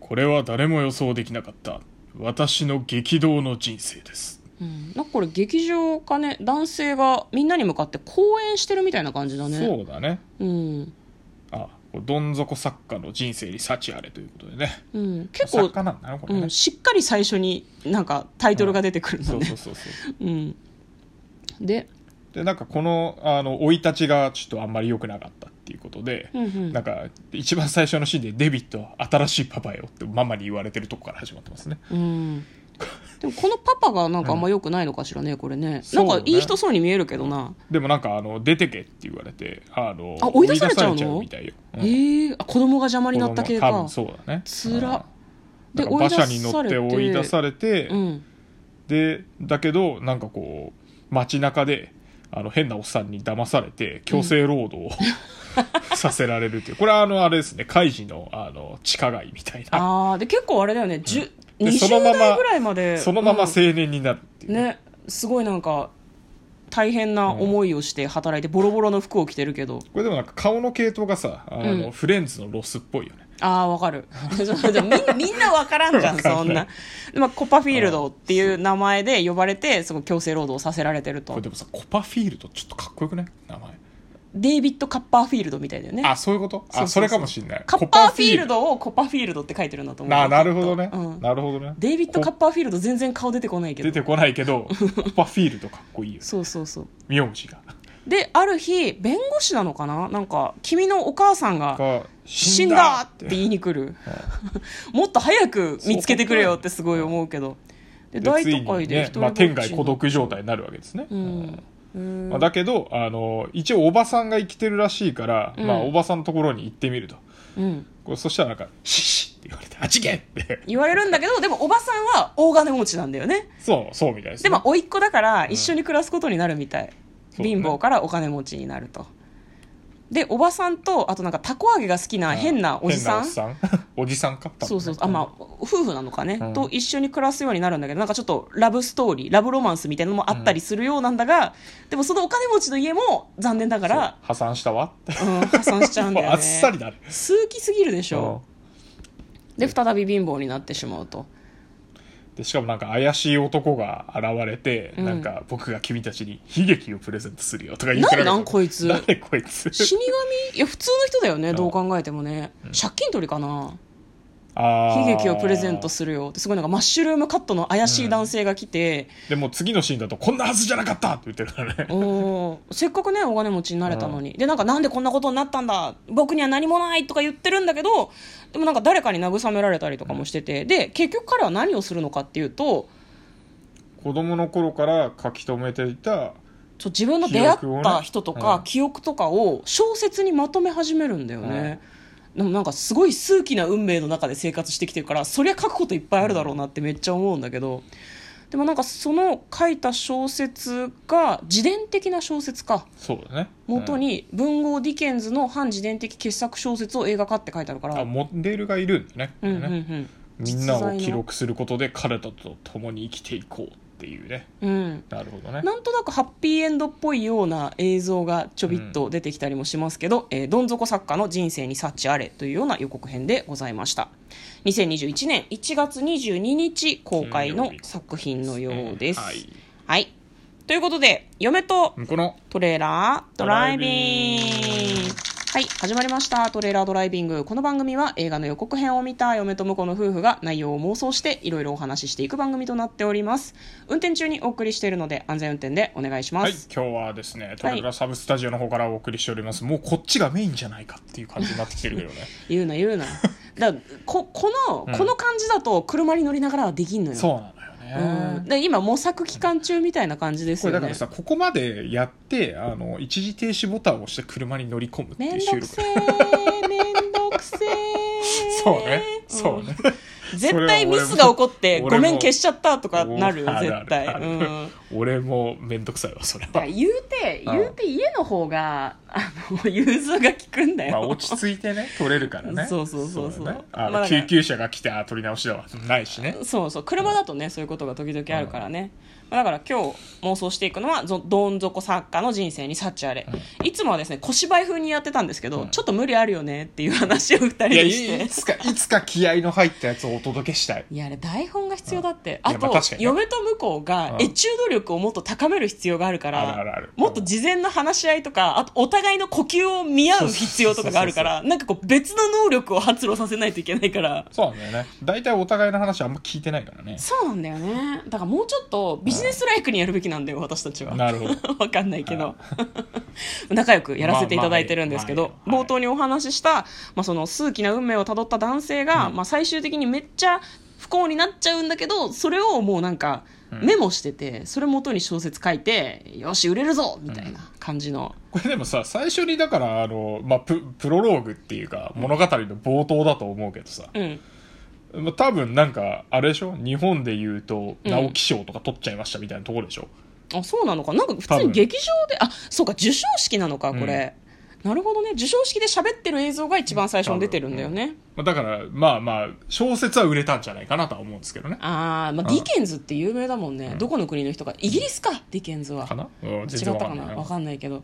これは誰も予想できなかった私の激動の人生ですうん、なんかこれ劇場かね男性がみんなに向かって講演してるみたいな感じだねそうだねうんあこれどん底作家の人生に幸あれということでねうん、結作構、家なんだなこれね、うん、しっかり最初になんかタイトルが出てくるのそうねそうそうそううん、で、でなんかこのあの生い立ちがちょっとあんまり良くなかったっていうことで、うんうんなんか一番最初のシーンで「デビット新しいパパよ」ってママに言われてるとこから始まってますねうん、でもこのパパがなんかあんま良くないのかしらねこれねそなうんだねかいい人そうに見えるけどな、でもなんかあの出てけって言われてあのあ追い出されちゃうの追い出さみたいよ、うんええあ子供が邪魔になった子系供多か分そうだねつらうんだでから馬車に乗って追追いい出出さされて、うんでだけどなんかこう街中であの変なおっさんに騙されて強制労働を、 させられるというこれはあのあれですねカイジのあの地下街みたいなああで結構あれだよね、う十んで二そ20のまま代ぐらいまでそのままうん青年になるっていう、ねすごいなんか大変な思いをして働いてボロボロの服を着てるけど、これでもなんか顔の系統がさあの、うんフレンズのロスっぽいよねああわかる そうでもみんなみんなわからんじゃんわかんないそんな、まあ、コパフィールドっていう名前で呼ばれてその強制労働させられてることれでもさコパフィールドちょっとかっこよくない名前デイビッド・カッパーフィールドみたいだよねあそういうことそうそうそうあそれかもしんないカッパーフィールドドをコパフィールドって書いてるんだと思うななるほどね、うんなるほどねデイビッド・カッこパーフィールド全然顔出てこないけ出どてこないけ どコパフィールドかっこいいよねそうそうそう名字がである日弁護士なのかななんか君のお母さんがが死んだって言いに来るもっと早く見つけてくれよってすごい思うけどでで大つい都に会で一ね人まあ、ぼっちに天外孤独状態になるわけですね、うんうんまあ、だけどあの一応おばさんが生きてるらしいから、うんまあ、おばさんのところに行ってみるとうんこれそしたらなんか「シッシッ」って言われて「あちげん!」 って言われるんだけどでもおばさんは大金持ちなんだよねそうそうみたいです、でね、も甥っ子だから一緒に暮らすことになるみたい、そうね貧乏からお金持ちになるとでおばさんとあとなんかたこ揚げが好きな変なおじさん変なおじさんおじさんかそうそうあまあ夫婦なのかね、うんと一緒に暮らすようになるんだけどなんかちょっとラブストーリーラブロマンスみたいなのもあったりするようなんだが、でもそのお金持ちの家も残念ながから破産したわってう、ん、破産しちゃうんだ よもねうあっさりだね数奇すぎるでしうんょ、で再び貧乏になってしまうとでしかもなんか怪しい男が現れて、うんなんか僕が君たちに悲劇をプレゼントするよとか言ってなんなんこいつ誰こいつ死神 いや普通の人だよねんどう考えてもね、借金取りかな悲悲劇をプレゼントするよってすごいなんかマッシュルームカットの怪しい男性が来て、でも次のシーンだとこんなはずじゃなかったって言ってるからねおーせっかくねお金持ちになれたのに、でなんかなんでこんなことになったんだ僕には何もないとか言ってるんだけどでもなんか誰かに慰められたりとかもしてて、で結局彼は何をするのかっていうと子供の頃から書き留めていたちょ自分の出会記憶をっねた人とかうん記憶,、とかを小説にまとめ始めるんだよね、でもなんかすごい数奇な運命の中で生活してきてるからそりゃ書くこといっぱいあるだろうなってめっちゃ思うんだけどでもなんかその書いた小説が自伝的な小説かそうだね元、に文豪ディケンズの反自伝的傑作小説を映画化って書いてあるかうんらあモデルがいるんだね,、うんうんうんみんなを記録することで彼らと共に生きていこうっていうねうんなるほどねなんとなくハッピーエンドっぽいような映像がちょびっと出てきたりもしますけど、えーどん底作家の人生に幸あれというような予告編でございました2021年1月22日公開の作品のようです、はい、はい、ということで嫁とこのトレーラードライビンドグライビングはい始まりましたトレーラードライビングこの番組は映画の予告編を見た嫁と婿の夫婦が内容を妄想していろいろお話ししていく番組となっております運転中にお送りしているので安全運転でお願いしまはい、す、今日はですね、トレブラサブスタジオの方からお送りしております。もうこっちがメインじゃないかっていう感じになってきてるけど ね。言うな 言うなだからここの、うんこの感じだと車に乗りながらはできんのよそうなのよね。んで今模索期間中みたいな感じですこれよだからねさ、ここまでやって、あの、一時停止ボタンを押して車に乗り込むっていめうん収ど録 くせ。えめんどくせえそうね。そうね。絶対ミスが起こってそれは俺もごめん消しちゃったとかなるおーある絶対あるうん俺もめんどくさいわそれ だかはら言うてうん言うて家の方があの 融通が利くんだよ、まあ落ち着いてね取れるからね そうそうそうそうだねあのまあだから救急車が来てあ取り直しだわないしねそうそう車だとねそういうことが時々あるからね、まあだから今日妄想していくのはぞどん底作家の人生に幸あれ、いつもはですね小芝居風にやってたんですけど、うんちょっと無理あるよねっていう話を2人いやでしていいつかいつか気合の入ったやつをお届けしたいいやあれ台本が必要だって、うんいあやと、まあ確かにね嫁と向こうがうんエチュード力をもっと高める必要があるからあるあるあるもっと事前の話し合いとかあとお互いの呼吸を見合う必要とかがあるからなんかこう別の能力を発露させないといけないからそうなんだよね大体お互いの話あんま聞いてないからねそうなんだよねだからもうちょっとビジネスライクにやるべきなんだよ私たちはなるほど わかんないけど仲良くやらせていただいてるんですけど、まあまあはい冒頭にお話しした、まあ、その数奇な運命をたどった男性が、まあ、最終的にめっちゃ不幸になっちゃうんだけどそれをもうなんかうんメモしてて、それ元に小説書いてよし売れるぞみたいな感じの、これでもさ最初にだからあの、まあ、ププロローグっていうか物語の冒頭だと思うけどさ、うん、まあ、多分なんかあれでしょ日本で言うとうん直木賞とか取っちゃいましたみたいなところでしょ、あそうなのかなんか普多通に分劇場であそうか授賞式なのかこれ、なるほどね授賞式で喋ってる映像が一番最初に出てるんだよね、まあ、だからまあまあ小説は売れたんじゃないかなとは思うんですけどねああ、まあ、うんディケンズって有名だもんね、どこの国の人かイギリスかディケンズはかな、うん、違っ全然わたかかんなないわかんないけど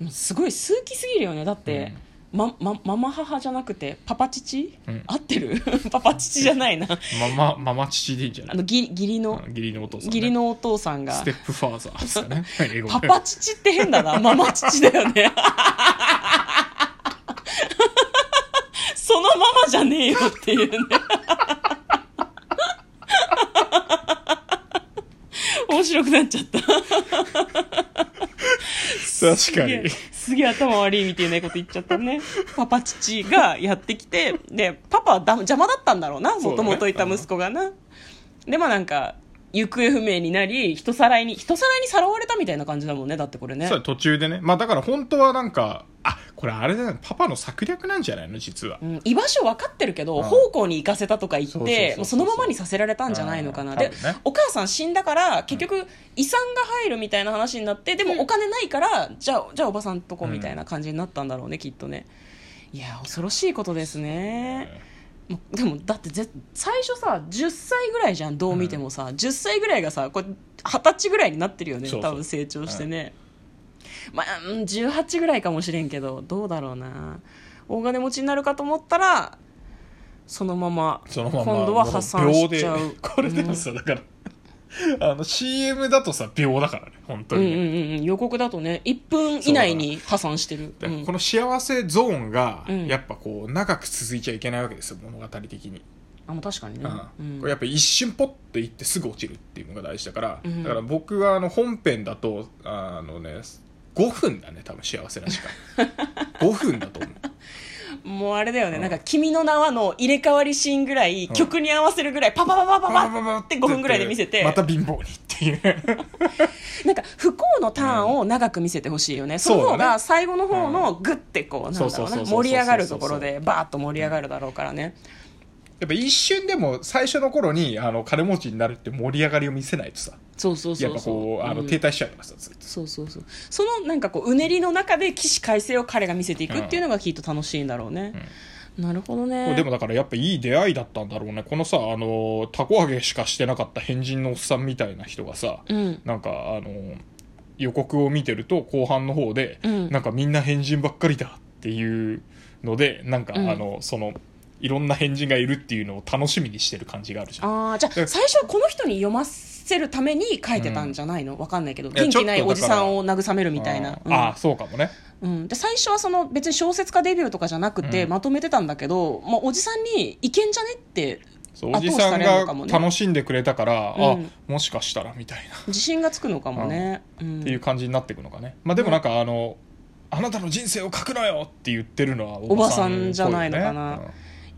もうすごい数奇すぎるよねだって、まま、ママ母じゃなくてパパ父、うん合ってる パパ父じゃないなままママ父でいいんじゃなあいの義義理のうん義理のお父さん、ね、義理のお父さんがステップファーザーですかね英語 パでパ父って変 だなママ父だよね そのままじゃねえよっていう ね面白くなっちゃった確かすげえにすげえ頭悪いみたいなこと言っちゃったねパパ父がやってきてでパパはだ邪魔だったんだろうそなうもだとねもといた息子がな、でまあなんか行方不明になり人さらいに人さらいにさらわれたみたいな感じだもんねだってこれねそう途中でねまあだから本当はなんかあこれあれだねパパの策略なんじゃないの実はうん、居場所分かってるけど、うん奉公に行かせたとか言っそうそうそうてそうもうそのままにさせられたんじゃないのかな、うん多で、分ねお母さん死んだから結局遺産が入るみたいな話になってでもお金ないから、じゃあじゃあおばさんとこみたいな感じになったんだろうね、きっとねいや恐ろしいことですね、もうでもだってぜ最初さ10歳ぐらいじゃんどう見てもさ、10歳ぐらいがさこれ二十歳ぐらいになってるよねそうそう多分成長してね、まあうん18ぐらいかもしれんけどどうだろうな大金持ちになるかと思ったらそのままそのまま今度は破産しちゃもう秒うで これでもさ、だから あの CM だとさ秒だからね本当うんうんにうね、んうん予告だとね1分以内に破産してるだうからんこの幸せゾーンがうんやっぱこう長く続いちゃいけないわけですよ物語的に、あもう確かにね、うんうんこれやっぱ一瞬ポッていってすぐ落ちるっていうのが大事だから、うんだから僕はあの本編だとあのね5分だね多分幸せな時 間5分だと思うもうあれだよね、うんなんか「君の名は」の入れ替わりシーンぐらい、うん曲に合わせるぐらいパパパパパパって5分ぐらいで見せてまた貧乏にっ ていうなんか不幸のターンを長く見せてほしいよね、そのそ方うだがね最後の方のグッてこう、なんだそろうそううそなうそう盛り上がるところでバーッと盛り上がるだろうからね、やっぱ一瞬でも最初の頃にあの金持ちになるって盛り上がりを見せないとさそうそうそやっうぱそうこうあのうん停滞しちゃうからさずっとそうそうそうそのなんかこううねりの中で起死回生を彼が見せていくっていうのがきっと楽しいんだろうね、なるほどこれねでもだからやっぱいい出会いだったんだろうねこのさあのたこ揚げしかしてなかった変人のおっさんみたいな人がさうんなんかあの予告を見てると後半の方で、うんなんかみんな変人ばっかりだっていうのでなんか、うんあのそのいろんな変人がいるっていうのを楽しみにしてる感じがあるじゃんああじゃあえ最初はこの人に読ませるために書いてたんじゃないの、わかんないけどいや元気ないちょっおとじだからさんを慰めるみたいなあーうんあーそうかもねうん、で最初はその別に小説家デビューとかじゃなくてうんまとめてたんだけど、まあ、おじさんに「いけんじゃね?」ってそうお後じ押しささんれるのがかもね楽しんでくれたから、うんあもしかしたらみたいな、自信がつくのかもね、うんっていう感じになっていくのかね、まあ、でもなんかあの「あなたの人生を書くなよ!」って言ってるのはおおばさんじゃないのかなっぽいよね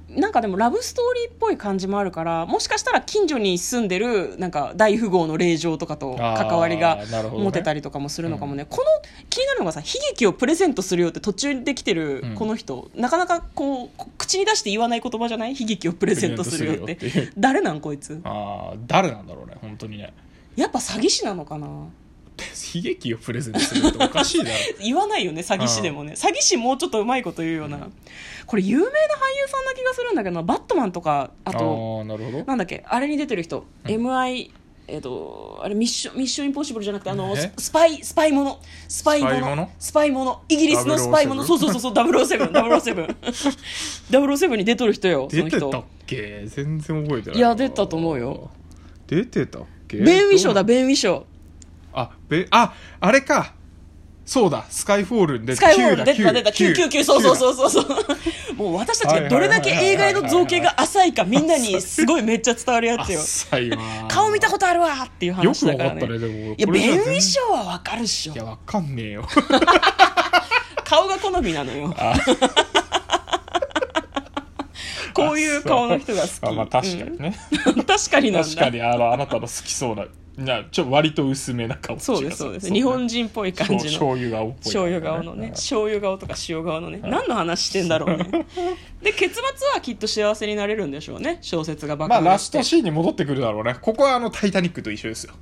なんかでもラブストーリーっぽい感じもあるからもしかしたら近所に住んでるなんか大富豪の霊場とかと関わりがあーなるほどね持てたりとかもするのかもねこの気になるのがさ悲劇をプレゼントするよって途中で来てるうんこの人、なかなかこうこ口に出して言わない言葉じゃない悲劇をプレゼントするよってプレゼントするよっていう誰なんこいつああ誰なんだろうね本当にねやっぱ詐欺師なのかな悲劇をプレゼントするっておかしいだろ言わないよね詐欺師でもね詐欺師もうちょっとうまいこと言うような、うんこれ有名な俳優さんな気がするんだけどなバットマンとか ああとあなるほどなんだっけあれに出てる人、うん MI えっとあれミッションミッションインポッシブルじゃなくてあのえススパイスパイものスパイもスパイもののスパイものイギリスのスパイもの007そうそうそうそう 007 007 007に出とる人よそ出のて人たっけ全然覚えてないいや出たと思うよ出てたっけベン・ウィショーどだうベン・ウィショーあベああれかそうだスカイフォールに出スカイウォール出てた出てたキューだキュー999そうそうそうそうそうもう私たちがどれだけ映画への造形が浅いかみんなにすごいめっちゃ伝わるやつよ浅いわ顔見たことあるわっていうよ話くだわかからっねたねでもいやベン・ウィョショーはわかるっしょいやわかんねえよ顔が好みなのよあ こういう顔の人が好きあまあ確かにね、うん確かになんだ 確かにあのあなたの好きそうななちょ割と薄めな顔そうですそうです日人本人っぽい感じの醤油顔っぽい醤油顔のね醤油顔とか塩顔のね何の話してんだろうねで結末はきっと幸せになれるんでしょうね小説が爆まあラ発スしてトシーンに戻ってくるだろうねここはあの「タイタニック」と一緒ですよ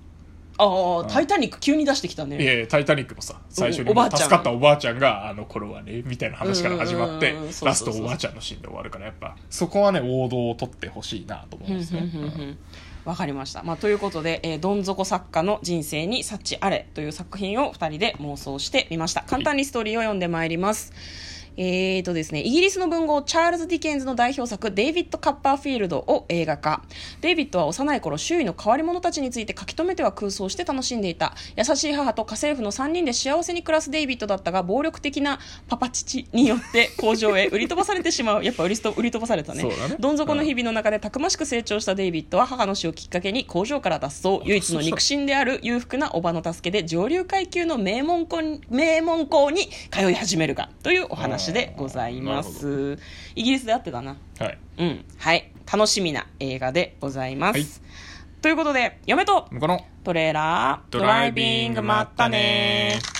ああ「タイタニック」急に出してきたいねやいやタイタニック」もさ最初におばあちゃん助かったおばあちゃんが「あの頃はね」みたいな話から始まっうてんうんうんそうそうそうラストおばあちゃんのシーンで終わるからやっぱそこはね王道を取ってほしいなと思うんですねふんふんふんふんわかりました、まあ、ということで、えーどん底作家の人生に幸あれという作品を2人で妄想してみました簡単にストーリーを読んでまいります、えーとですね、イギリスの文豪チャールズ・ディケンズの代表作「デイビッド・カッパーフィールド」を映画化デイビッドは幼い頃周囲の変わり者たちについて書き留めては空想して楽しんでいた優しい母と家政婦の3人で幸せに暮らすデイビッドだったが暴力的なパパ父によって工場へ売り飛ばされてしまうやっぱ売りと売り飛ばされたねそうだねどん底の日々の中でたくましく成長したデイビッドは母の死をきっかけに工場から脱走唯一の肉親である裕福なおばの助けで上流階級の名門校に名門校に通い始めるがというお話でございます、あイギリスであってたなはいうんはい楽しみな映画でございます、ということで嫁と向こうのトレーラードドライビングまったねー